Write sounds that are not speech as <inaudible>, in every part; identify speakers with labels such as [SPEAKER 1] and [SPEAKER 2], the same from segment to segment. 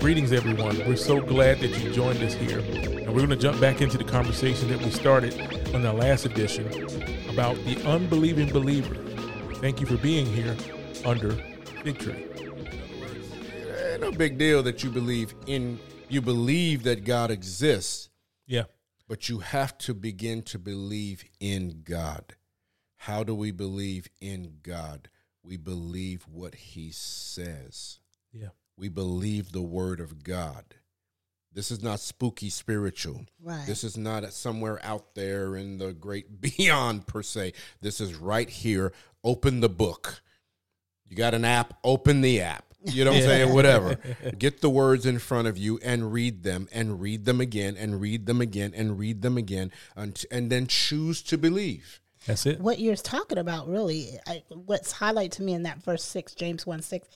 [SPEAKER 1] Greetings, everyone. We're so glad that you joined us here. And we're going to jump back into the conversation that we started on the last edition about the unbelieving believer. Thank you for being here under Fig Tree.
[SPEAKER 2] Eh, no big deal that you believe in you believe that God exists,
[SPEAKER 1] Yeah.
[SPEAKER 2] but you have to begin to believe in God. How do we believe in God? We believe what he says.
[SPEAKER 1] Yeah.
[SPEAKER 2] We believe the word of God. This is not spooky spiritual.
[SPEAKER 3] Right.
[SPEAKER 2] This is not somewhere out there in the great <laughs> beyond per se. This is right here. Open the book. You got an app, open the app. You know what I'm saying? Whatever. Get the words in front of you and read them and read them again and read them again and read them again and, and then choose to believe.
[SPEAKER 1] That's it.
[SPEAKER 3] what you're talking about really I, what's highlighted to me in that verse 6 james 1 6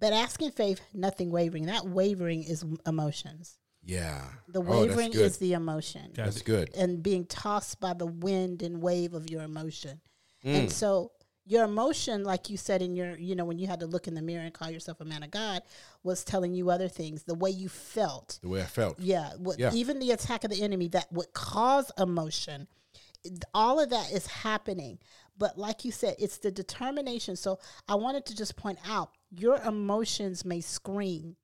[SPEAKER 3] but asking faith nothing wavering that wavering is emotions
[SPEAKER 2] Yeah.
[SPEAKER 3] the
[SPEAKER 2] Oh, that's
[SPEAKER 3] wavering
[SPEAKER 2] good.
[SPEAKER 3] is the emotion
[SPEAKER 1] Got
[SPEAKER 2] That's good.
[SPEAKER 3] and being tossed by the wind and wave of your emotion
[SPEAKER 2] Mm.
[SPEAKER 3] and so your emotion like you said in your you know when you had to look in the mirror and call yourself a man of god was telling you other things the way you felt
[SPEAKER 2] The way I felt.
[SPEAKER 3] yeah, what,
[SPEAKER 2] Yeah.
[SPEAKER 3] even the attack of the enemy that would cause emotion, all of that is happening. But like you said, it's the determination. So I wanted to just point out your emotions may scream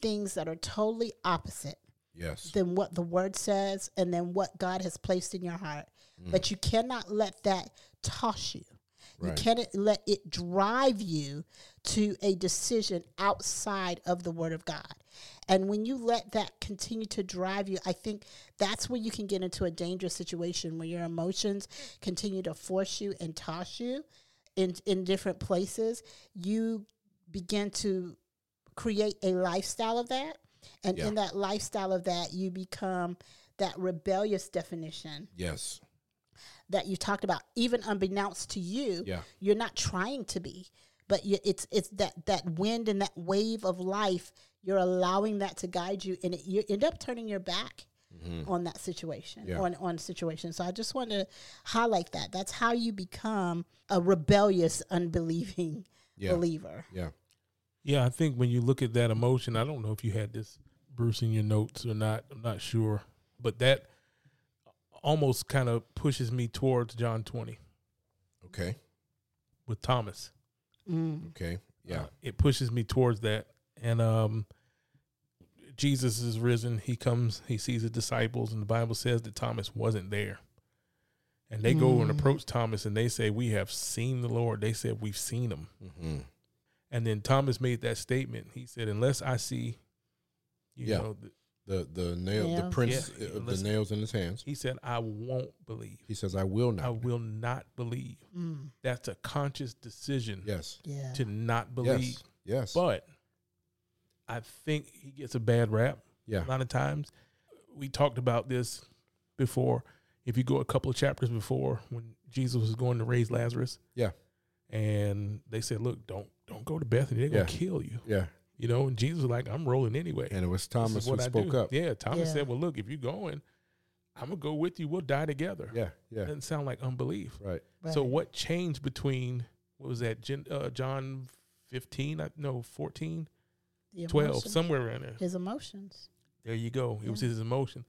[SPEAKER 3] things that are totally opposite
[SPEAKER 2] Yes.
[SPEAKER 3] than what the word says and then what God has placed in your heart.
[SPEAKER 2] Mm.
[SPEAKER 3] But you cannot let that toss you. You
[SPEAKER 2] Right.
[SPEAKER 3] cannot let it drive you to a decision outside of the word of God. And when you let that continue to drive you, I think that's where you can get into a dangerous situation where your emotions continue to force you and toss you in, in different places. You begin to create a lifestyle of that. And
[SPEAKER 2] Yeah.
[SPEAKER 3] in that lifestyle of that, you become that rebellious definition
[SPEAKER 2] Yes.
[SPEAKER 3] that you talked about, even unbeknownst to you.
[SPEAKER 2] Yeah.
[SPEAKER 3] You're not trying to be, but you, it's it's that that wind and that wave of life. You're allowing that to guide you, and it, you end up turning your back on that situation,
[SPEAKER 2] Mm-hmm. Yeah.
[SPEAKER 3] on on situation. So I just wanted to highlight that. That's how you become a rebellious, unbelieving
[SPEAKER 2] Yeah.
[SPEAKER 3] believer.
[SPEAKER 2] Yeah.
[SPEAKER 1] Yeah, I think when you look at that emotion, I don't know if you had this Bruce in your notes or not. I'm not sure, but that almost kind of pushes me towards John 20
[SPEAKER 2] Okay.
[SPEAKER 1] with Thomas.
[SPEAKER 3] Mm,
[SPEAKER 2] Okay. Yeah.
[SPEAKER 1] Uh, it pushes me towards that, and um, Jesus is risen. He comes. He sees the disciples, and the Bible says that Thomas wasn't there. And they go and approach Thomas, and they say, "We have seen the Lord." They said, "We've seen him."
[SPEAKER 2] Mm-hmm.
[SPEAKER 1] And then Thomas made that statement. He said, "Unless I see, you
[SPEAKER 2] Yeah.
[SPEAKER 1] know, th-
[SPEAKER 2] The the nail
[SPEAKER 3] Yeah.
[SPEAKER 2] the prints
[SPEAKER 1] Yeah.
[SPEAKER 2] of the
[SPEAKER 1] Listen.
[SPEAKER 2] nails in his hands.
[SPEAKER 1] He said, I won't believe.
[SPEAKER 2] He says, I will not.
[SPEAKER 1] I will not believe.
[SPEAKER 3] Mm,
[SPEAKER 1] That's a conscious decision
[SPEAKER 2] yes.
[SPEAKER 3] yeah.
[SPEAKER 1] to not believe.
[SPEAKER 2] Yes. Yes.
[SPEAKER 1] But I think he gets a bad rap
[SPEAKER 2] yeah.
[SPEAKER 1] a lot of times. We talked about this before. If you go a couple of chapters before when Jesus was going to raise Lazarus.
[SPEAKER 2] Yeah.
[SPEAKER 1] And they said, Look, don't don't go to Bethany. They're gonna
[SPEAKER 2] Yeah.
[SPEAKER 1] kill you.
[SPEAKER 2] Yeah.
[SPEAKER 1] You know, and Jesus was like, I'm rolling anyway.
[SPEAKER 2] And it was
[SPEAKER 1] This is
[SPEAKER 2] Thomas who
[SPEAKER 1] what I
[SPEAKER 2] spoke
[SPEAKER 1] do.
[SPEAKER 2] up.
[SPEAKER 1] Yeah, Thomas
[SPEAKER 3] Yeah.
[SPEAKER 1] said, Well, look, if you're going, I'm gonna go with you. We'll die together.
[SPEAKER 2] Yeah. Yeah.
[SPEAKER 1] Doesn't sound like unbelief.
[SPEAKER 2] Right.
[SPEAKER 1] So
[SPEAKER 3] Right.
[SPEAKER 1] what changed between what was that Gen, uh, John 15 I, no 14
[SPEAKER 3] The
[SPEAKER 1] 12
[SPEAKER 3] emotion-
[SPEAKER 1] somewhere around there.
[SPEAKER 3] his emotions.
[SPEAKER 1] There you go. It was his emotion.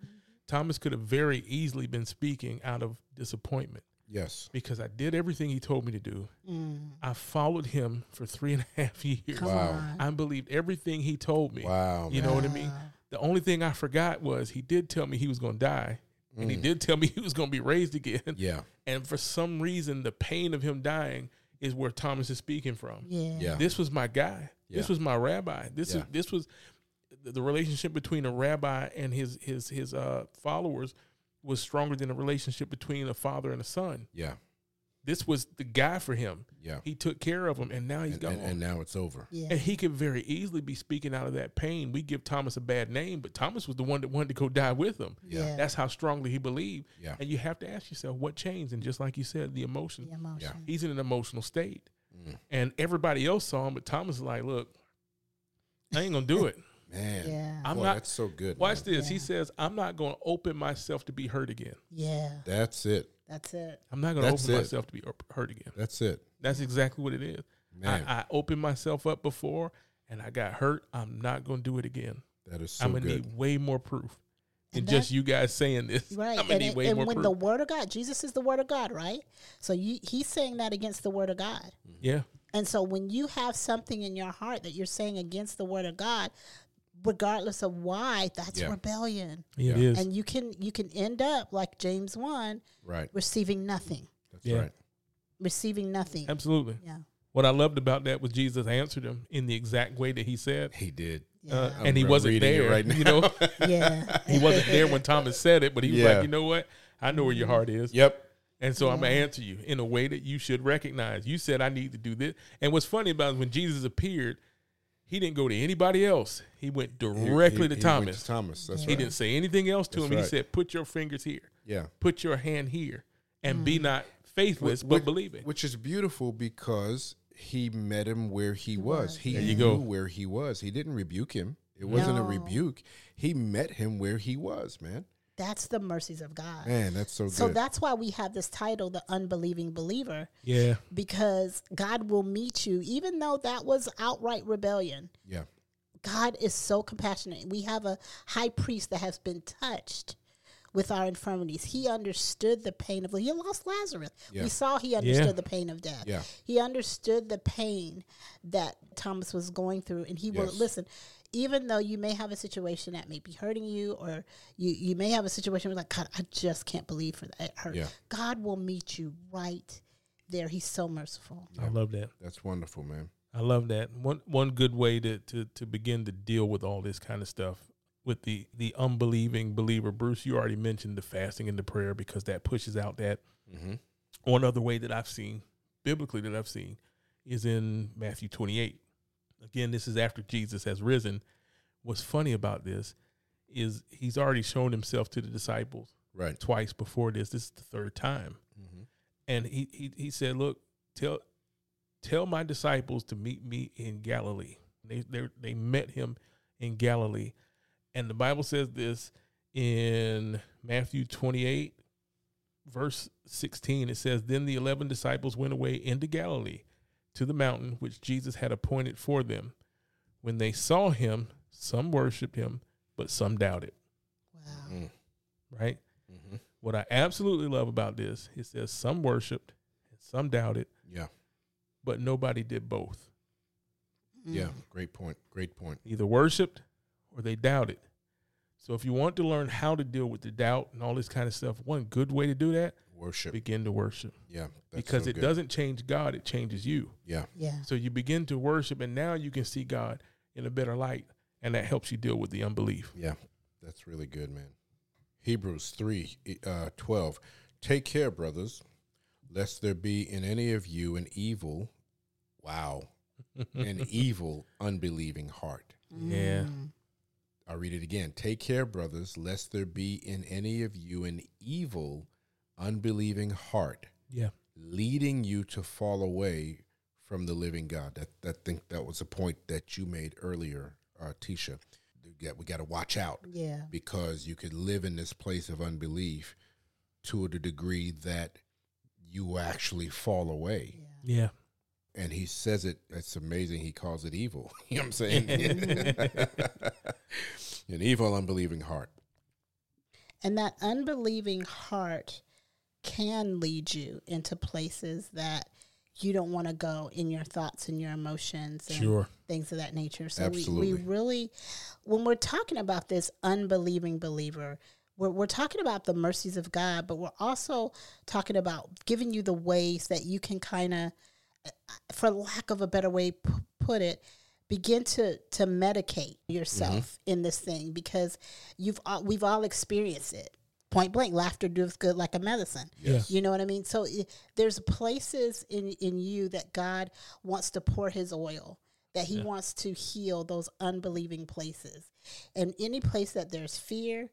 [SPEAKER 1] Thomas could have very easily been speaking out of disappointment
[SPEAKER 2] Yes.
[SPEAKER 1] because I did everything he told me to do.
[SPEAKER 3] Mm,
[SPEAKER 1] I followed him for three and a half <laughs> years.
[SPEAKER 3] come
[SPEAKER 2] Wow.
[SPEAKER 3] on.
[SPEAKER 1] I believed everything he told me.
[SPEAKER 2] Wow.
[SPEAKER 1] You
[SPEAKER 2] man.
[SPEAKER 1] know what I mean?
[SPEAKER 3] Wow.
[SPEAKER 1] The only thing I forgot was he did tell me he was going to die, and he did tell me <laughs> he was going to be raised again.
[SPEAKER 2] Yeah.
[SPEAKER 1] And for some reason, the pain of him dying is where Thomas is speaking from.
[SPEAKER 3] Yeah.
[SPEAKER 2] Yeah.
[SPEAKER 1] this was my guy. This
[SPEAKER 2] Yeah.
[SPEAKER 1] was my rabbi. This
[SPEAKER 2] Yeah.
[SPEAKER 1] is this was the the relationship between a rabbi and his his his uh, followers was stronger than the relationship between a father and a son.
[SPEAKER 2] Yeah.
[SPEAKER 1] This was the guy for him.
[SPEAKER 2] Yeah.
[SPEAKER 1] He took care of him, and now he's
[SPEAKER 2] And,
[SPEAKER 1] gone.
[SPEAKER 2] and, and now it's over.
[SPEAKER 3] Yeah.
[SPEAKER 1] and he could very easily be speaking out of that pain. We give Thomas a bad name, but Thomas was the one that wanted to go <laughs> die with him.
[SPEAKER 2] Yeah.
[SPEAKER 1] That's how strongly he believed.
[SPEAKER 2] Yeah.
[SPEAKER 1] And you have to ask yourself what changed. And just like you said, the emotion.
[SPEAKER 3] the emotion.
[SPEAKER 1] He's in an emotional state.
[SPEAKER 2] Mm.
[SPEAKER 1] And everybody else saw him, but Thomas is like, look, I ain't gonna do
[SPEAKER 2] <laughs>
[SPEAKER 1] it.
[SPEAKER 2] Man.
[SPEAKER 3] Yeah.
[SPEAKER 1] I'm
[SPEAKER 2] Boy,
[SPEAKER 1] not-
[SPEAKER 2] that's so good.
[SPEAKER 1] Watch
[SPEAKER 2] man.
[SPEAKER 1] this. He says, I'm not gonna open myself to be hurt again.
[SPEAKER 3] Yeah.
[SPEAKER 2] That's it.
[SPEAKER 3] That's it.
[SPEAKER 1] I'm not gonna
[SPEAKER 2] That's
[SPEAKER 1] open
[SPEAKER 2] it.
[SPEAKER 1] myself to be hurt again.
[SPEAKER 2] That's it.
[SPEAKER 1] That's exactly what it is.
[SPEAKER 2] Man.
[SPEAKER 1] I, I opened myself up before and I got hurt, I'm not going to do it again.
[SPEAKER 2] That is so
[SPEAKER 1] I'm gonna
[SPEAKER 2] good.
[SPEAKER 1] need way more proof than
[SPEAKER 3] And
[SPEAKER 1] just you guys saying this. <laughs>
[SPEAKER 3] Right.
[SPEAKER 1] I'm gonna
[SPEAKER 3] and
[SPEAKER 1] need
[SPEAKER 3] it-
[SPEAKER 1] way
[SPEAKER 3] and
[SPEAKER 1] more
[SPEAKER 3] when
[SPEAKER 1] proof.
[SPEAKER 3] the word of God, Jesus is the word of God, right? So you, he's saying that against the word of God.
[SPEAKER 1] yeah,
[SPEAKER 3] And so when you have something in your heart that you're saying against the word of God, regardless of why, that's
[SPEAKER 2] Yeah.
[SPEAKER 3] rebellion.
[SPEAKER 1] it is.
[SPEAKER 3] And you can you can end up like James 1
[SPEAKER 2] right.
[SPEAKER 3] receiving nothing.
[SPEAKER 2] That's
[SPEAKER 1] Yeah.
[SPEAKER 2] right.
[SPEAKER 3] Receiving nothing.
[SPEAKER 1] Absolutely.
[SPEAKER 3] Yeah.
[SPEAKER 1] What I loved about that was Jesus answered him in the exact way that he said,
[SPEAKER 2] He did.
[SPEAKER 3] Yeah.
[SPEAKER 1] uh, <laughs>
[SPEAKER 2] I'm
[SPEAKER 1] and he
[SPEAKER 2] re-
[SPEAKER 1] wasn't
[SPEAKER 2] reading it
[SPEAKER 1] there.
[SPEAKER 2] right
[SPEAKER 1] You
[SPEAKER 2] <laughs>
[SPEAKER 1] know,
[SPEAKER 3] yeah.
[SPEAKER 1] he wasn't there when Thomas said it, but he was
[SPEAKER 2] Yeah.
[SPEAKER 1] like, you know what? I know where your heart is,
[SPEAKER 2] Yep.
[SPEAKER 1] and so I'm gonna answer you in a way that you should recognize. You said I need to do this, and what's funny about it is when Jesus appeared, he didn't go to anybody else. He went directly
[SPEAKER 2] He-
[SPEAKER 1] to
[SPEAKER 2] he
[SPEAKER 1] Thomas.
[SPEAKER 2] went to Thomas. That's
[SPEAKER 1] He
[SPEAKER 2] right.
[SPEAKER 1] didn't say anything else to
[SPEAKER 2] That's
[SPEAKER 1] him. He
[SPEAKER 2] right.
[SPEAKER 1] said, "Put your fingers here."
[SPEAKER 2] Yeah.
[SPEAKER 1] put your hand here and be not faithless, but
[SPEAKER 2] Which-
[SPEAKER 1] believe it.
[SPEAKER 2] Which is beautiful because he met him where he was. He
[SPEAKER 1] you
[SPEAKER 2] knew
[SPEAKER 1] go.
[SPEAKER 2] where he was. He didn't rebuke him. It wasn't a
[SPEAKER 3] No.
[SPEAKER 2] rebuke. He met him where he was, man.
[SPEAKER 3] That's the mercies of God.
[SPEAKER 2] Man, that's so,
[SPEAKER 3] So
[SPEAKER 2] good.
[SPEAKER 3] that's why we have this title, The Unbelieving Believer,
[SPEAKER 1] yeah,
[SPEAKER 3] because God will meet you, even though that was outright rebellion.
[SPEAKER 2] yeah.
[SPEAKER 3] God is so compassionate. We have a high priest that has been touched with our infirmities. He understood the pain of he lost Lazarus.
[SPEAKER 2] Yeah.
[SPEAKER 3] We saw he understood
[SPEAKER 1] Yeah.
[SPEAKER 3] the pain of death.
[SPEAKER 2] Yeah.
[SPEAKER 3] He understood the pain that Thomas was going through and he will
[SPEAKER 2] Yes.
[SPEAKER 3] listen. Even though you may have a situation that may be hurting you or you you may have a situation where like God, I just can't believe for that it hurt.
[SPEAKER 2] Yeah.
[SPEAKER 3] God will meet you right there. He's so merciful.
[SPEAKER 1] I love that.
[SPEAKER 2] That's wonderful, man.
[SPEAKER 1] I love that. One one good way to, to to begin to deal with all this kind of stuff with the the unbelieving believer. Bruce, you already mentioned the fasting and the prayer because that pushes out that.
[SPEAKER 2] Mm-hmm.
[SPEAKER 1] One other way that I've seen biblically that I've seen is in Matthew 28. Again, this is after Jesus has risen. What's funny about this is he's already shown himself to the disciples
[SPEAKER 2] Right.
[SPEAKER 1] twice before this. This is the third time.
[SPEAKER 2] Mm-hmm.
[SPEAKER 1] and he, he he said, "Look, tell tell my disciples to meet me in Galilee." They they they met him in Galilee, and the Bible says this in Matthew twenty eight, verse sixteen. It says, "Then the eleven disciples went away into Galilee, to the mountain which Jesus had appointed for them. When they saw him, some worshipped him, but some doubted."
[SPEAKER 3] Wow.
[SPEAKER 2] Mm.
[SPEAKER 1] Right.
[SPEAKER 2] Mm-hmm.
[SPEAKER 1] What I absolutely love about this, it says some worshipped and some doubted.
[SPEAKER 2] Yeah.
[SPEAKER 1] but nobody did both.
[SPEAKER 2] Yeah.
[SPEAKER 3] Mm.
[SPEAKER 2] Great point. Great point.
[SPEAKER 1] Either worshiped or they doubted. So if you want to learn how to deal with the doubt and all this kind of stuff, one good way to do that,
[SPEAKER 2] Worship.
[SPEAKER 1] begin to worship.
[SPEAKER 2] Yeah. that's
[SPEAKER 1] because
[SPEAKER 2] so
[SPEAKER 1] it
[SPEAKER 2] good.
[SPEAKER 1] doesn't change God, it changes you.
[SPEAKER 2] Yeah.
[SPEAKER 3] Yeah.
[SPEAKER 1] So you begin to worship and now you can see God in a better light and that helps you deal with the unbelief. <laughs>
[SPEAKER 2] Yeah, that's really good, man. Hebrews 3 uh, 12. Take care, brothers, lest there be in any of you an evil, wow, an evil, unbelieving heart.
[SPEAKER 1] Yeah.
[SPEAKER 3] Mm.
[SPEAKER 2] I'll read it again. Take care, brothers, lest there be in any of you an evil, unbelieving heart,
[SPEAKER 1] Yeah.
[SPEAKER 2] leading you to fall away from the living God. That, that think that was a point that you made earlier, uh, Tisha. That we got to watch out
[SPEAKER 3] Yeah.
[SPEAKER 2] because you could live in this place of unbelief to the degree that you actually fall away.
[SPEAKER 1] Yeah.
[SPEAKER 2] And he says it, it's amazing. He calls it evil. <laughs> You know what I'm saying? An evil, unbelieving heart.
[SPEAKER 3] And that unbelieving heart can lead you into places that you don't want to go in your thoughts and your emotions and
[SPEAKER 1] Sure.
[SPEAKER 3] things of that nature. So
[SPEAKER 2] Absolutely.
[SPEAKER 3] We, we really, when we're talking about this unbelieving believer, we're, we're talking about the mercies of God, but we're also talking about giving you the ways that you can kind of, for lack of a better way p- put it, begin to to medicate yourself in this thing because you've all, we've all experienced it point blank laughter does good like a medicine
[SPEAKER 1] Yes.
[SPEAKER 3] you know what i mean so i there's places in in you that god wants to pour his oil that he wants to heal those unbelieving places and any place that there's fear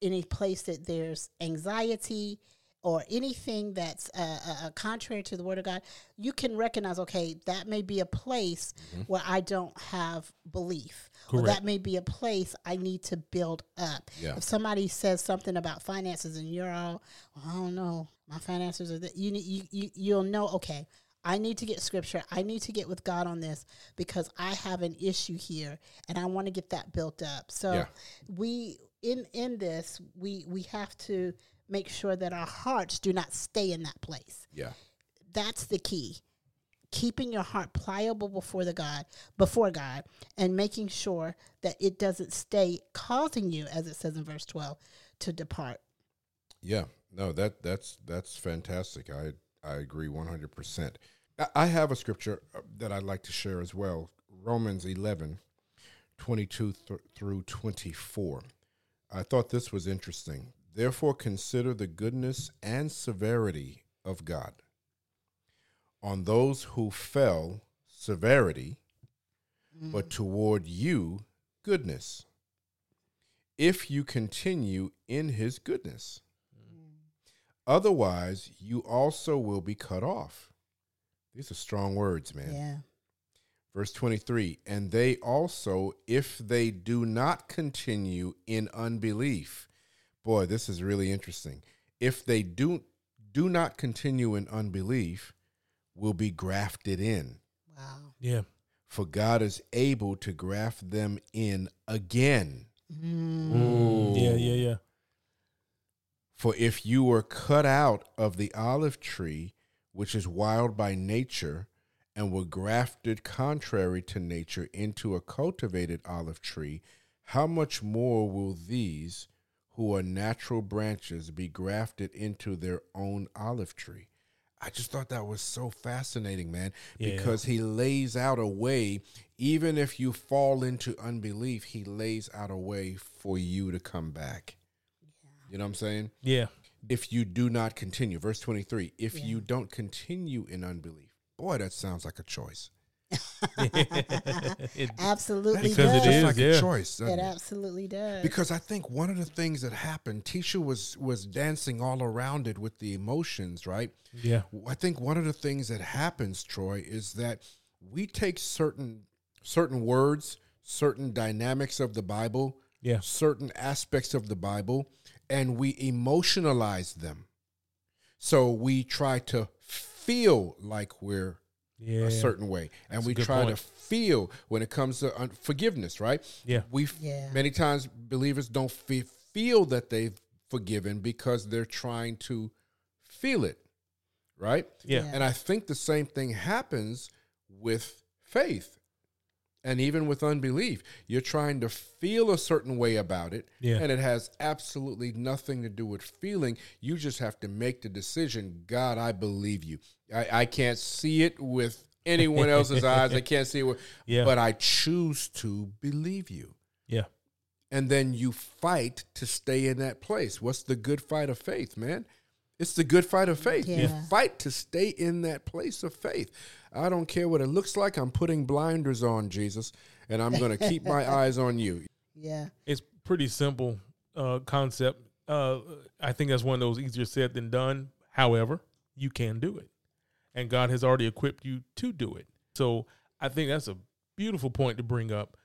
[SPEAKER 3] any place that there's anxiety or anything that's uh, uh, uh, contrary to the word of God, you can recognize, okay, that may be a place where I don't have belief. Or
[SPEAKER 1] Correct.
[SPEAKER 3] that may be a place I need to build up.
[SPEAKER 2] Yeah.
[SPEAKER 3] If somebody says something about finances and you're all, well, I don't know, my finances are, that, you, ne- you, you, you'll know, okay, I need to get scripture. I need to get with God on this because I have an issue here and I want to get that built up. So
[SPEAKER 2] Yeah.
[SPEAKER 3] we in in this, we we have to make sure that our hearts do not stay in that place.
[SPEAKER 2] Yeah.
[SPEAKER 3] That's the key. Keeping your heart pliable before the God, before God, and making sure that it doesn't stay causing you, as it says in verse twelve, to depart.
[SPEAKER 2] Yeah, no, that that's that's fantastic. I I agree one hundred percent. I have a scripture uh, that I'd like to share as well. Romans 11, 22 th- through 24. I thought this was interesting. Therefore, consider the goodness and severity of God. On those who fell, severity, but toward you, goodness. If you continue in his goodness. Otherwise, you also will be cut off. These are strong words, man.
[SPEAKER 3] Yeah.
[SPEAKER 2] Verse 23 And they also, if they do not continue in unbelief, boy, this is really interesting. If they do, do not continue in unbelief, will be grafted in.
[SPEAKER 3] Wow.
[SPEAKER 1] Yeah.
[SPEAKER 2] For God is able to graft them in again.
[SPEAKER 3] Mm.
[SPEAKER 1] Mm. Yeah, yeah, yeah.
[SPEAKER 2] For if you were cut out of the olive tree, which is wild by nature, and were grafted contrary to nature into a cultivated olive tree, how much more will these who are natural branches be grafted into their own olive tree? I just thought that was so fascinating, man,
[SPEAKER 1] Yeah.
[SPEAKER 2] because he lays out a way, even if you fall into unbelief, he lays out a way for you to come back. You know what I'm saying? <laughs>
[SPEAKER 1] Yeah. <laughs>
[SPEAKER 2] if you do not continue. Verse 23 if you don't continue in unbelief. Boy, that sounds like a choice.
[SPEAKER 1] It-
[SPEAKER 2] That
[SPEAKER 3] Absolutely
[SPEAKER 1] Because it
[SPEAKER 3] does.
[SPEAKER 2] sounds
[SPEAKER 1] is,
[SPEAKER 2] like
[SPEAKER 1] yeah.
[SPEAKER 2] a choice. doesn't
[SPEAKER 3] It
[SPEAKER 2] it?
[SPEAKER 3] absolutely does.
[SPEAKER 2] Because I think one of the things that happened, Tisha was was dancing all around it with the emotions, right?
[SPEAKER 1] yeah.
[SPEAKER 2] I think one of the things that happens, Troy, is that we take certain certain words, certain dynamics of the Bible,
[SPEAKER 1] Yeah.
[SPEAKER 2] certain aspects of the Bible, and we emotionalize them. So we try to feel like we're
[SPEAKER 1] Yeah.
[SPEAKER 2] a certain way, and
[SPEAKER 1] That's a
[SPEAKER 2] we
[SPEAKER 1] good
[SPEAKER 2] try
[SPEAKER 1] point.
[SPEAKER 2] to feel when it comes to un- forgiveness, right?
[SPEAKER 1] Yeah.
[SPEAKER 2] we f-
[SPEAKER 3] Yeah.
[SPEAKER 2] many times believers don't fe- feel that they've forgiven because they're trying to feel it, right?
[SPEAKER 1] Yeah.
[SPEAKER 2] And I think the same thing happens with faith and even with unbelief. You're trying to feel a certain way about it,
[SPEAKER 1] Yeah.
[SPEAKER 2] and it has absolutely nothing to do with feeling. You just have to make the decision God, I believe you. I, I can't see it with anyone else's eyes.
[SPEAKER 1] <laughs>
[SPEAKER 2] I can't see it with,
[SPEAKER 1] Yeah.
[SPEAKER 2] but I choose to believe you.
[SPEAKER 1] Yeah.
[SPEAKER 2] And then you fight to stay in that place. What's the good fight of faith, man? It's the good fight of faith. You
[SPEAKER 3] Yeah.
[SPEAKER 2] fight to stay in that place of faith. I don't care what it looks like. I'm putting blinders on, Jesus, and I'm going to keep
[SPEAKER 3] <laughs>
[SPEAKER 2] my eyes on you.
[SPEAKER 3] yeah.
[SPEAKER 1] It's pretty simple uh, concept. Uh, I think that's one of those easier said than done. However, you can do it, and God has already equipped you to do it. So I think that's a beautiful point to bring up.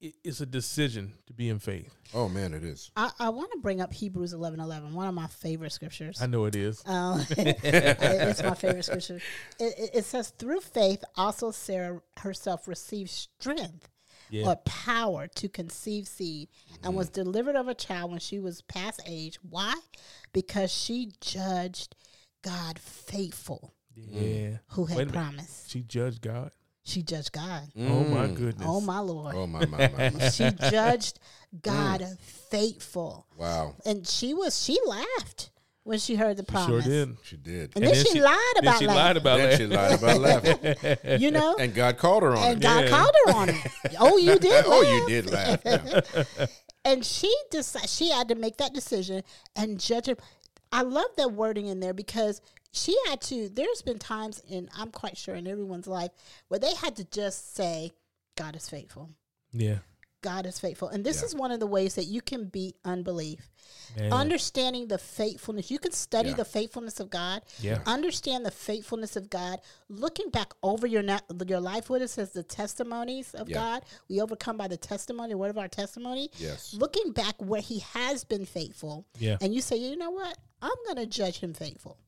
[SPEAKER 1] It- It's a decision to be in faith.
[SPEAKER 2] Oh, man, it is.
[SPEAKER 3] I, I want to bring up Hebrews eleven eleven, one of my favorite scriptures.
[SPEAKER 1] I know it is.
[SPEAKER 3] <laughs> Um, it's my favorite scripture. It, it, it says, through faith, also Sarah herself received strength
[SPEAKER 1] Yeah.
[SPEAKER 3] or power to conceive seed and was delivered of a child when she was past age. Why? Because she judged God faithful
[SPEAKER 1] Yeah.
[SPEAKER 3] who
[SPEAKER 1] Wait a
[SPEAKER 3] had
[SPEAKER 1] minute.
[SPEAKER 3] promised.
[SPEAKER 1] She judged God.
[SPEAKER 3] She judged God.
[SPEAKER 2] Mm.
[SPEAKER 1] Oh my goodness.
[SPEAKER 3] Oh, my Lord.
[SPEAKER 2] Oh, my, my, my.
[SPEAKER 3] <laughs>
[SPEAKER 2] my.
[SPEAKER 3] She judged God faithful.
[SPEAKER 2] Wow.
[SPEAKER 3] And she was, she laughed when she heard the
[SPEAKER 1] Sure
[SPEAKER 3] promise.
[SPEAKER 1] did.
[SPEAKER 2] She did.
[SPEAKER 3] And <laughs> then, she, lied
[SPEAKER 1] then
[SPEAKER 3] about
[SPEAKER 1] she lied
[SPEAKER 3] laughing,
[SPEAKER 1] about
[SPEAKER 2] Then
[SPEAKER 1] that.
[SPEAKER 2] she lied about laughing.
[SPEAKER 3] you know?
[SPEAKER 2] And God called her on
[SPEAKER 3] and
[SPEAKER 2] it.
[SPEAKER 3] God
[SPEAKER 1] Yeah.
[SPEAKER 3] called her on it. Oh, you did.
[SPEAKER 2] Oh, you
[SPEAKER 3] <laughs> laugh.
[SPEAKER 2] did laugh. Yeah.
[SPEAKER 3] And she decided she had to make that decision and judge him. I love that wording in there because she had to. There's been times in I'm quite sure in everyone's life where they had to just say, "God is faithful.
[SPEAKER 1] Yeah.
[SPEAKER 3] God is faithful." And this
[SPEAKER 2] Yeah.
[SPEAKER 3] is one of the ways that you can beat unbelief.
[SPEAKER 1] Man.
[SPEAKER 3] Understanding the faithfulness, you can study
[SPEAKER 2] Yeah.
[SPEAKER 3] the faithfulness of God.
[SPEAKER 1] Yeah.
[SPEAKER 3] Understand the faithfulness of God. Looking back over your na- your life, what it says, the testimonies of
[SPEAKER 2] Yeah.
[SPEAKER 3] God. We overcome by the testimony, word of our testimony.
[SPEAKER 2] Yes.
[SPEAKER 3] Looking back where He has been faithful,
[SPEAKER 1] Yeah.
[SPEAKER 3] and you say, you know what, I'm going to judge Him faithful.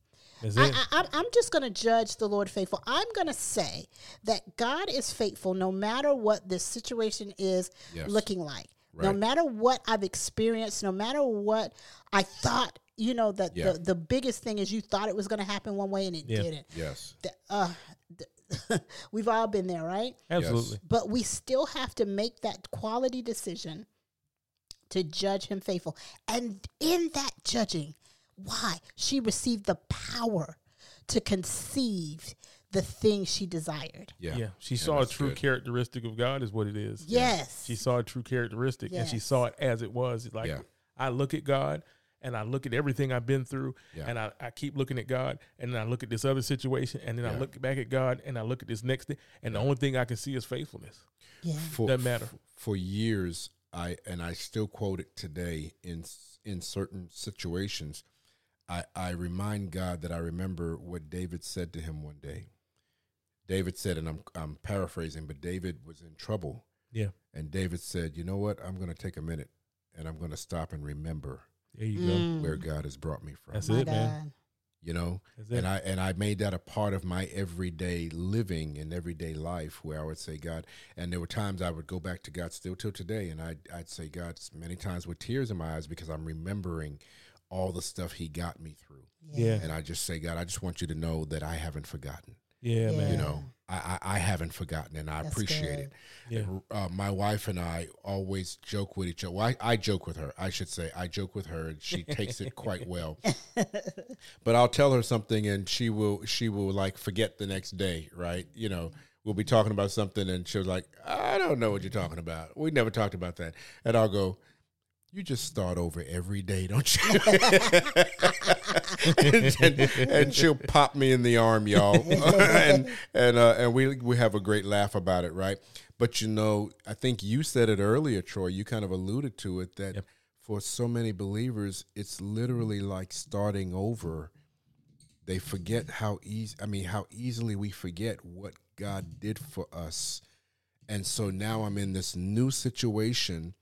[SPEAKER 1] That's
[SPEAKER 3] I,
[SPEAKER 1] it.
[SPEAKER 3] I, I'm- I'm just going to judge the Lord faithful. I'm going to say that God is faithful no matter what this situation is
[SPEAKER 2] Yes.
[SPEAKER 3] looking like, no
[SPEAKER 2] Right.
[SPEAKER 3] matter what I've experienced, no matter what I thought. You know that
[SPEAKER 2] Yeah.
[SPEAKER 3] the, the biggest thing is you thought it was going to happen one way and it
[SPEAKER 1] Yeah.
[SPEAKER 3] didn't.
[SPEAKER 2] Yes.
[SPEAKER 3] Th- uh, th- <laughs> we've all been there, right?
[SPEAKER 1] Absolutely.
[SPEAKER 3] But we still have to make that quality decision to judge him faithful. And in that judging, why? She received the power to conceive the thing she desired.
[SPEAKER 2] Yeah.
[SPEAKER 1] Yeah. She
[SPEAKER 2] Yeah,
[SPEAKER 1] saw a
[SPEAKER 2] that's
[SPEAKER 1] true
[SPEAKER 2] good.
[SPEAKER 1] characteristic of God is what it is.
[SPEAKER 3] Yes.
[SPEAKER 1] She saw a true characteristic and she
[SPEAKER 3] Yes.
[SPEAKER 1] saw it as it was. It's like
[SPEAKER 2] Yeah.
[SPEAKER 1] I look at God and I look at everything I've been through
[SPEAKER 2] Yeah.
[SPEAKER 1] and I, I keep looking at God and then I look at this other situation and then I
[SPEAKER 2] Yeah.
[SPEAKER 1] look back at God and I look at this next thing and the only thing I can see is faithfulness.
[SPEAKER 3] yeah.
[SPEAKER 2] For,
[SPEAKER 1] Doesn't matter.
[SPEAKER 2] f- for years, I and I still quote it today in s- in certain situations. I, I remind God that I remember what David said to him one day. David said, and I'm I'm paraphrasing, but David was in trouble,
[SPEAKER 1] Yeah.
[SPEAKER 2] and David said, "You know what? I'm going to take a minute, and I'm going to stop and remember
[SPEAKER 1] There you go.
[SPEAKER 3] Mm,
[SPEAKER 2] where God has brought me from."
[SPEAKER 1] That's
[SPEAKER 3] my
[SPEAKER 1] it, man.
[SPEAKER 3] God.
[SPEAKER 2] You know,
[SPEAKER 1] That's it.
[SPEAKER 2] and I and I made that a part of my everyday living and everyday life where I would say God and there were times I would go back to God still till today and I'd I'd say God many times with tears in my eyes because I'm remembering all the stuff he got me through.
[SPEAKER 1] yeah.
[SPEAKER 2] And I just say, God, I just want you to know that I haven't forgotten.
[SPEAKER 1] Yeah,
[SPEAKER 3] Yeah.
[SPEAKER 1] man.
[SPEAKER 2] You know, I, I, I haven't forgotten and I
[SPEAKER 3] That's
[SPEAKER 2] appreciate
[SPEAKER 3] good.
[SPEAKER 2] it
[SPEAKER 1] Yeah.
[SPEAKER 2] uh, my wife and I always joke with each other. Well, I, I joke with her. I should say I joke with her, and she takes it quite
[SPEAKER 3] <laughs>
[SPEAKER 2] well. But I'll tell her something, and she will she will like forget the next day, right? You know, we'll be talking about something, and she'll like, I don't know what you're talking about. We never talked about that, and I'll go. You just start over every day, don't you? and, <laughs> and- and she'll pop me in the arm, y'all, and and uh, and we we have a great laugh about it, right? But you know, I think you said it earlier, Troy. You kind of alluded to it that
[SPEAKER 1] Yep.
[SPEAKER 2] for so many believers, it's literally like starting over. They forget how easy. I mean, how easily we forget what God did for us, and so now I'm in this new situation,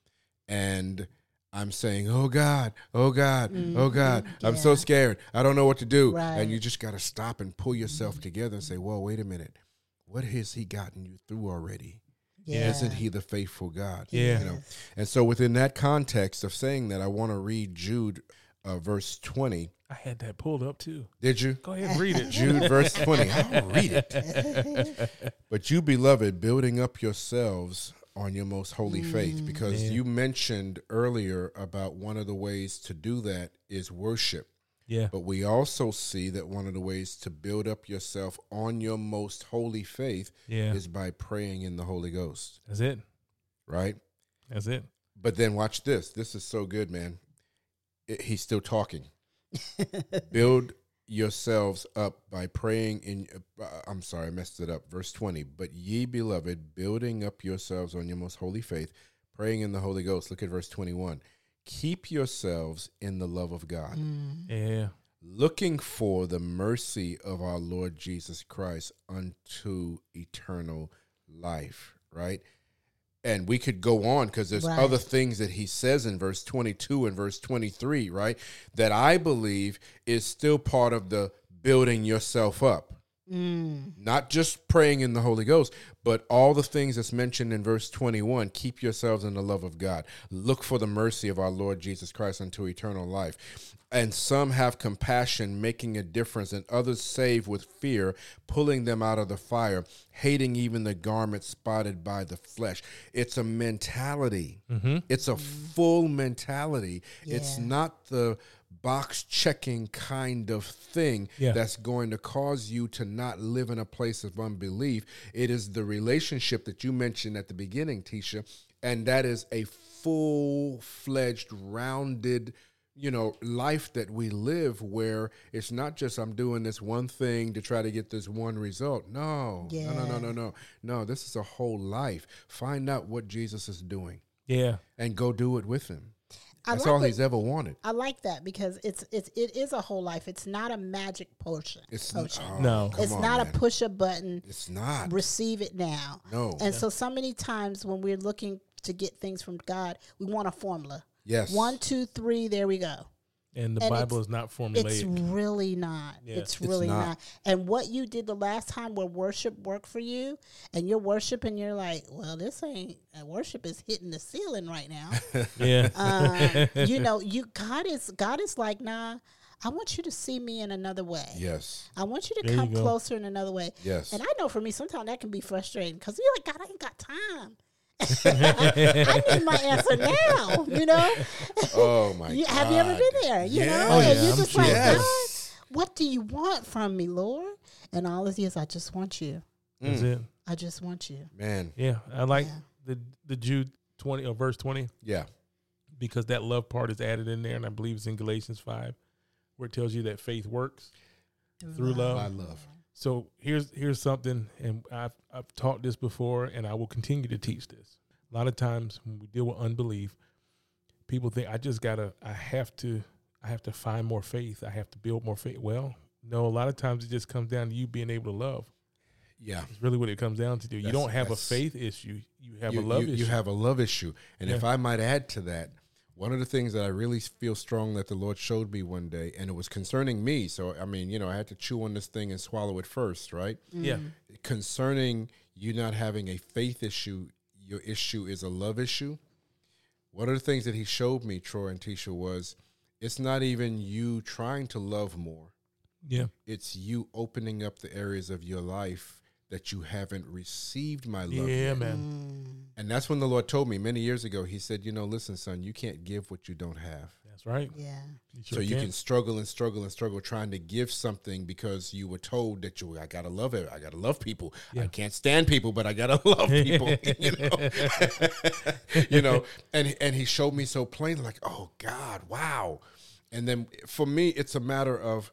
[SPEAKER 2] and. I'm saying, oh God, oh God, oh God, I'm so
[SPEAKER 3] Mm-hmm. yeah.
[SPEAKER 2] scared. I don't know what to do.
[SPEAKER 3] Right.
[SPEAKER 2] And you just got to stop and pull yourself together and say, well, wait a minute. What has he gotten you through already?
[SPEAKER 3] Yeah.
[SPEAKER 2] Isn't he the faithful God?
[SPEAKER 1] Yeah.
[SPEAKER 2] You know? <laughs> And so, within that context of saying that, I want to read Jude uh, verse 20.
[SPEAKER 1] I had that pulled up too.
[SPEAKER 2] Did you?
[SPEAKER 1] Go ahead and read it.
[SPEAKER 2] <laughs> Jude verse 20. I'll read it. But you, beloved, building up yourselves on your most holy faith, because
[SPEAKER 1] Yeah.
[SPEAKER 2] you mentioned earlier about one of the ways to do that is worship.
[SPEAKER 1] Yeah.
[SPEAKER 2] But we also see that one of the ways to build up yourself on your most holy faith
[SPEAKER 1] Yeah.
[SPEAKER 2] is by praying in the Holy Ghost,
[SPEAKER 1] That's it.
[SPEAKER 2] right?
[SPEAKER 1] That's it.
[SPEAKER 2] But then watch this. This is so good, man. It- he's still talking. build yourselves up by praying in uh, I'm sorry, I messed it up. Verse 20. But ye beloved, building up yourselves on your most holy faith, praying in the Holy Ghost. Look at verse 21. Keep yourselves in the love of God.
[SPEAKER 3] Mm.
[SPEAKER 1] Yeah.
[SPEAKER 2] looking for the mercy of our Lord Jesus Christ unto eternal life, right? And we could go on because there's
[SPEAKER 3] Right.
[SPEAKER 2] other things that he says in verse 22 and verse 23, right? That I believe is still part of the building yourself up.
[SPEAKER 3] Mm.
[SPEAKER 2] Not just praying in the Holy Ghost, but all the things that's mentioned in verse 21 keep yourselves in the love of God. Look for the mercy of our Lord Jesus Christ unto eternal life. And some have compassion, making a difference, and others save with fear, pulling them out of the fire, hating even the garment spotted by the flesh. It's a mentality, it's a full mentality. It's
[SPEAKER 3] Yeah.
[SPEAKER 2] not the box checking kind of thing
[SPEAKER 1] Yeah.
[SPEAKER 2] that's going to cause you to not live in a place of unbelief. It is the relationship that you mentioned at the beginning, Tisha, and that is a full fledged, rounded, you know, life that we live where it's not just I'm doing this one thing to try to get this one result. No, no, no, no, no, no. No, this is a whole life. Find out what Jesus is doing
[SPEAKER 1] Yeah.
[SPEAKER 2] and go do it with him.
[SPEAKER 3] I
[SPEAKER 2] That's
[SPEAKER 3] like
[SPEAKER 2] all
[SPEAKER 3] what-
[SPEAKER 2] he's ever wanted.
[SPEAKER 3] I like that because it's it's it is a whole life. It's not a magic potion.
[SPEAKER 2] It's n-
[SPEAKER 3] potion.
[SPEAKER 2] oh,
[SPEAKER 1] No.
[SPEAKER 2] come
[SPEAKER 3] it's
[SPEAKER 2] on,
[SPEAKER 3] not
[SPEAKER 2] man.
[SPEAKER 3] a push a button.
[SPEAKER 2] It's not.
[SPEAKER 3] receive it now.
[SPEAKER 2] No.
[SPEAKER 3] And so, so many times when we're looking to get things from God, we want a formula.
[SPEAKER 2] Yes.
[SPEAKER 3] One, two, three, there we go.
[SPEAKER 1] and the
[SPEAKER 3] And
[SPEAKER 1] Bible
[SPEAKER 3] it's-
[SPEAKER 1] is not
[SPEAKER 3] It's
[SPEAKER 1] formulaic.
[SPEAKER 3] really not.
[SPEAKER 1] Yeah.
[SPEAKER 3] it's
[SPEAKER 2] It's
[SPEAKER 3] really
[SPEAKER 2] not.
[SPEAKER 3] not. And what you did the last time where worship worked for you and you're worshiping, you're like, well, this ain't, uh, worship is hitting the ceiling
[SPEAKER 2] <laughs>
[SPEAKER 3] right now. <laughs>
[SPEAKER 1] Yeah,
[SPEAKER 3] um, you know, you, God is, God is like, nah, I want you to see me in another way. <laughs>
[SPEAKER 2] Yes.
[SPEAKER 3] I want you to
[SPEAKER 1] There you
[SPEAKER 3] come
[SPEAKER 1] go.
[SPEAKER 3] closer in another way.
[SPEAKER 2] Yes.
[SPEAKER 3] And I know for me, sometimes that can be frustrating because you're like, God, I ain't got time. I need my answer now,
[SPEAKER 2] <laughs>
[SPEAKER 3] you know?
[SPEAKER 2] Oh my
[SPEAKER 3] You,
[SPEAKER 2] god.
[SPEAKER 3] <laughs> have you ever been there? You know?
[SPEAKER 1] Oh,
[SPEAKER 3] and
[SPEAKER 1] yeah,
[SPEAKER 3] you're
[SPEAKER 1] I'm
[SPEAKER 3] just
[SPEAKER 1] sure.
[SPEAKER 3] like,
[SPEAKER 1] Yes.
[SPEAKER 3] God, what do you want from me, Lord? And all it is, I just want you.
[SPEAKER 1] <laughs> that's it.
[SPEAKER 3] I just want you.
[SPEAKER 2] Mm. Man.
[SPEAKER 1] Yeah, I like
[SPEAKER 3] Yeah.
[SPEAKER 1] the the Jude twenty or verse twenty
[SPEAKER 2] Yeah.
[SPEAKER 1] because that love part is added in there, and I believe it's in Galatians five, where it tells you that faith works. Through love.
[SPEAKER 2] I love.
[SPEAKER 1] So here's here's something, and I've I've taught this before, and I will continue to teach this. A lot of times when we deal with unbelief, people think I just gotta, I have to, I have to find more faith. I have to build more faith. Well, no, a lot of times it just comes down to you being able to love.
[SPEAKER 2] Yeah.
[SPEAKER 1] It's really what it comes down to. you
[SPEAKER 2] That's-
[SPEAKER 1] don't have a
[SPEAKER 2] that's-
[SPEAKER 1] faith issue. You have
[SPEAKER 2] you,
[SPEAKER 1] a love
[SPEAKER 2] you,
[SPEAKER 1] issue.
[SPEAKER 2] you have a love issue. And if
[SPEAKER 1] Yeah.
[SPEAKER 2] I might add to that, one of the things that I really feel strong that the Lord showed me one day, and it was concerning me. So, I mean, you know, I had to chew on this thing and swallow it first, right?
[SPEAKER 1] yeah,
[SPEAKER 2] Concerning you not having a faith issue, your issue is a love issue. One of the things that he showed me, Troy and Tisha, was it's not even you trying to love more,
[SPEAKER 1] yeah,
[SPEAKER 2] it's you opening up the areas of your life that you haven't received my love. yet.
[SPEAKER 1] yeah, man.
[SPEAKER 2] And that's when the Lord told me many years ago, He said, You know, listen, son, you can't give what you don't have.
[SPEAKER 1] That's right.
[SPEAKER 3] Yeah.
[SPEAKER 2] so you
[SPEAKER 1] can-
[SPEAKER 2] can struggle and struggle and struggle trying to give something because you were told that you, I gotta love it. I gotta love people. I
[SPEAKER 1] Yeah.
[SPEAKER 2] can't stand people, but I gotta <laughs> love people. you know, <laughs> you know. And and He showed me so plainly, like, oh God, wow. And then for me, it's a matter of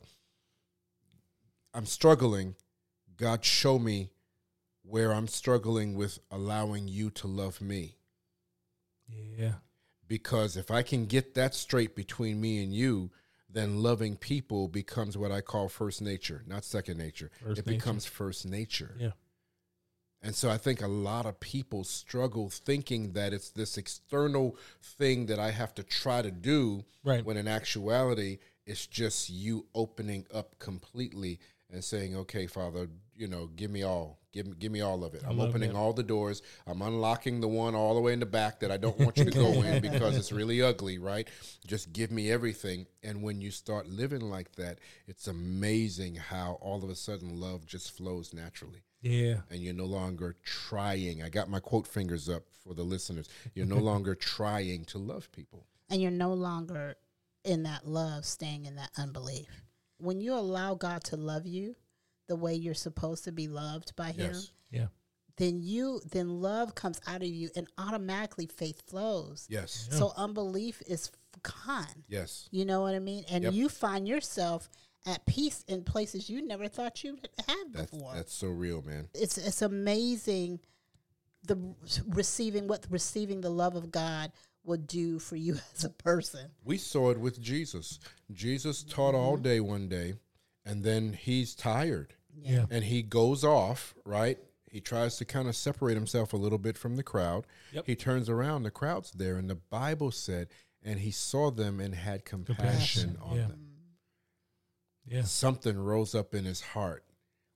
[SPEAKER 2] I'm struggling. God, show me where I'm struggling with allowing you to love me
[SPEAKER 1] Yeah,
[SPEAKER 2] because if I can get that straight between me and you, then loving people becomes what I call first nature, not second nature.
[SPEAKER 1] First
[SPEAKER 2] it
[SPEAKER 1] nature.
[SPEAKER 2] becomes first nature.
[SPEAKER 1] yeah,
[SPEAKER 2] And so I think a lot of people struggle thinking that it's this external thing that I have to try to do,
[SPEAKER 1] Right.
[SPEAKER 2] when in actuality, it's just you opening up completely and saying, "Okay, Father, you know, give me all, give me, give me all of it. I'm
[SPEAKER 1] love
[SPEAKER 2] opening
[SPEAKER 1] that.
[SPEAKER 2] all the doors. I'm unlocking the one all the way in the back that I don't want you to go
[SPEAKER 1] <laughs>
[SPEAKER 2] in because it's really ugly, right? Just give me everything." And when you start living like that, it's amazing how all of a sudden love just flows naturally
[SPEAKER 1] yeah.
[SPEAKER 2] and you're no longer trying. I got my quote fingers up for the listeners.
[SPEAKER 1] <laughs>
[SPEAKER 2] You're no longer trying to love people.
[SPEAKER 3] And you're no longer in that love, staying in that unbelief. When you allow God to love you the way you're supposed to be loved by Him,
[SPEAKER 2] Yes.
[SPEAKER 1] Yeah.
[SPEAKER 3] then you, then love comes out of you and automatically faith flows.
[SPEAKER 2] Yes.
[SPEAKER 3] So unbelief is f- gone.
[SPEAKER 2] Yes.
[SPEAKER 3] You know what I mean? And
[SPEAKER 2] Yep.
[SPEAKER 3] you find yourself at peace in places you never thought you had
[SPEAKER 2] That's
[SPEAKER 3] before.
[SPEAKER 2] that's so real, man.
[SPEAKER 3] it's it's amazing the receiving what receiving the love of God will do for you <laughs> as a person.
[SPEAKER 2] We saw it with Jesus. Jesus taught all
[SPEAKER 1] Mm-hmm.
[SPEAKER 2] day one day, and then he's tired.
[SPEAKER 1] Yeah.
[SPEAKER 2] And he goes off, right? He tries to kind of separate himself a little bit from the crowd.
[SPEAKER 1] Yep.
[SPEAKER 2] He turns around, the crowd's there, and the Bible said, and he saw them and had compassion,
[SPEAKER 1] Compassion,
[SPEAKER 2] on
[SPEAKER 1] yeah.
[SPEAKER 2] them.
[SPEAKER 1] Yeah.
[SPEAKER 2] something rose up in his heart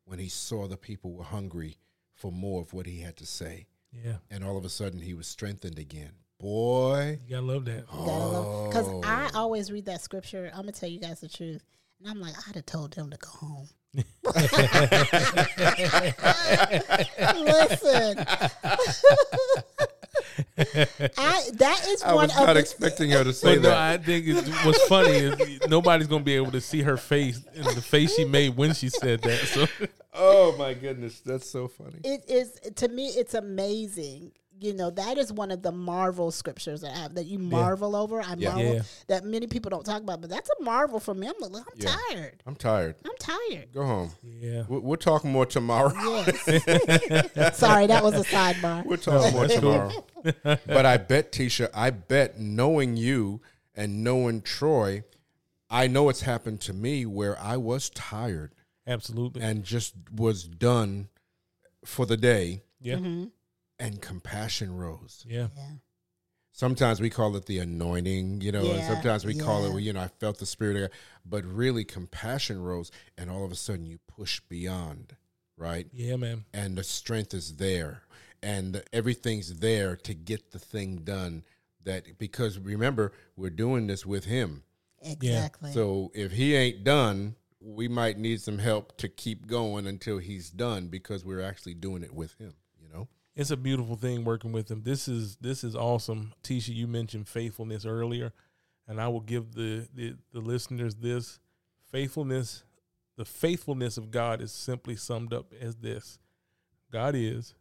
[SPEAKER 2] when he saw the people were hungry for more of what he had to say.
[SPEAKER 1] Yeah.
[SPEAKER 2] And all of a sudden, he was strengthened again. Boy,
[SPEAKER 1] You gotta love that.
[SPEAKER 3] Oh.
[SPEAKER 1] <laughs>
[SPEAKER 3] Because I
[SPEAKER 2] Oh.
[SPEAKER 3] always read that scripture. I'm gonna tell you guys the truth, and I'm like, I'd have told them to go home. Listen, <laughs> I that is one of the
[SPEAKER 1] <laughs>
[SPEAKER 2] expecting her to
[SPEAKER 1] But no, I think it's, what's funny is nobody's gonna be able to see her face and the face she made when she said that. So
[SPEAKER 2] oh my goodness, that's so funny.
[SPEAKER 3] it is to me it's amazing you know that is one of the marvel scriptures that I have that you marvel over i
[SPEAKER 2] Yeah.
[SPEAKER 3] marvel
[SPEAKER 1] Yeah.
[SPEAKER 3] that many people don't talk about but that's a marvel for me i'm like i'm
[SPEAKER 2] Yeah.
[SPEAKER 3] tired
[SPEAKER 2] I'm tired.
[SPEAKER 3] i'm tired
[SPEAKER 1] <laughs>
[SPEAKER 2] Go home.
[SPEAKER 1] yeah,
[SPEAKER 2] We'll, we'll talk more tomorrow.
[SPEAKER 3] yes sorry that was
[SPEAKER 1] <laughs>
[SPEAKER 3] a
[SPEAKER 2] <laughs>
[SPEAKER 3] sidebar
[SPEAKER 2] We'll talk more
[SPEAKER 1] that's cool.
[SPEAKER 2] tomorrow. but I bet, Tisha, I bet knowing you and knowing Troy, I know it's happened to me where I was tired.
[SPEAKER 1] absolutely.
[SPEAKER 2] and just was done for the day
[SPEAKER 1] Yeah,
[SPEAKER 2] and compassion rose
[SPEAKER 1] yeah,
[SPEAKER 3] yeah
[SPEAKER 2] sometimes we call it the anointing, you know, and
[SPEAKER 3] Yeah,
[SPEAKER 2] sometimes we call it,
[SPEAKER 3] yeah.
[SPEAKER 2] well, you know, I felt the spirit of God, but really compassion rose and all of a sudden you push beyond, right?
[SPEAKER 1] Yeah, man.
[SPEAKER 2] And the strength is there and everything's there to get the thing done that because remember, we're doing this with him.
[SPEAKER 3] Exactly.
[SPEAKER 2] So if he ain't done, we might need some help to keep going until he's done because we're actually doing it with him, you know?
[SPEAKER 1] It's a beautiful thing working with them. This is this is awesome. Tisha, you mentioned faithfulness earlier, and I will give the the, the listeners this faithfulness. The faithfulness of God is simply summed up as this: God is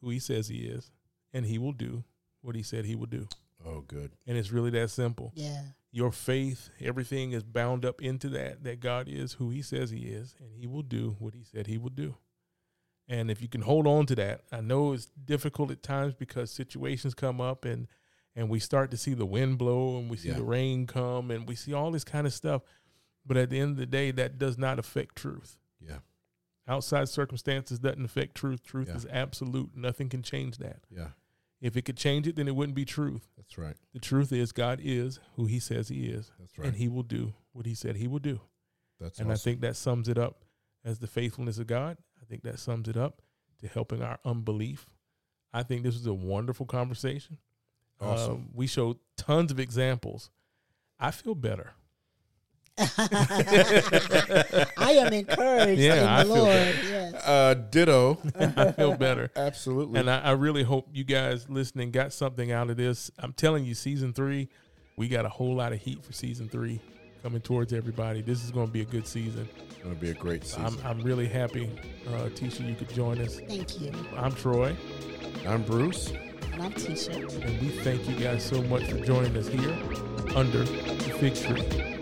[SPEAKER 1] who He says He is, and He will do what He said He will do.
[SPEAKER 2] Oh, good.
[SPEAKER 1] And it's really that simple.
[SPEAKER 3] yeah.
[SPEAKER 1] your faith, everything is bound up into that, that God is who he says he is, and he will do what he said he will do. And if you can hold on to that, I know it's difficult at times because situations come up and and we start to see the wind blow and we see
[SPEAKER 2] Yeah.
[SPEAKER 1] the rain come and we see all this kind of stuff. But at the end of the day, that does not affect truth.
[SPEAKER 2] Yeah.
[SPEAKER 1] Outside circumstances doesn't affect truth. Truth
[SPEAKER 2] Yeah.
[SPEAKER 1] is absolute. Nothing can change that.
[SPEAKER 2] Yeah.
[SPEAKER 1] If it could change it, then it wouldn't be truth.
[SPEAKER 2] That's right.
[SPEAKER 1] The truth is God is who he says he is
[SPEAKER 2] That's right.
[SPEAKER 1] and he will do what he said he will do.
[SPEAKER 2] That's
[SPEAKER 1] and
[SPEAKER 2] awesome.
[SPEAKER 1] I think that sums it up as the faithfulness of God. I think that sums it up to helping our unbelief. I think this was a wonderful conversation.
[SPEAKER 2] Awesome.
[SPEAKER 1] Um, we showed tons of examples. I feel better. <laughs>
[SPEAKER 3] I am encouraged
[SPEAKER 1] Yeah,
[SPEAKER 3] in the
[SPEAKER 1] I feel
[SPEAKER 3] Lord.
[SPEAKER 1] that.
[SPEAKER 3] Yes.
[SPEAKER 2] Uh,
[SPEAKER 1] <laughs>
[SPEAKER 2] ditto.
[SPEAKER 1] I feel
[SPEAKER 2] <laughs>
[SPEAKER 1] better.
[SPEAKER 2] Absolutely.
[SPEAKER 1] And uh, I, I really hope you guys listening got something out of this. I'm telling you, season three, we got a whole lot of heat for season three coming towards everybody. This is going to be a good season.
[SPEAKER 2] it's going to be a great season.
[SPEAKER 1] I'm, I'm really happy, uh, Tisha, you could join us.
[SPEAKER 3] Thank you.
[SPEAKER 1] I'm Troy.
[SPEAKER 2] I'm Bruce.
[SPEAKER 3] And I'm Tisha.
[SPEAKER 1] and we thank you guys so much for joining us here under the fig tree.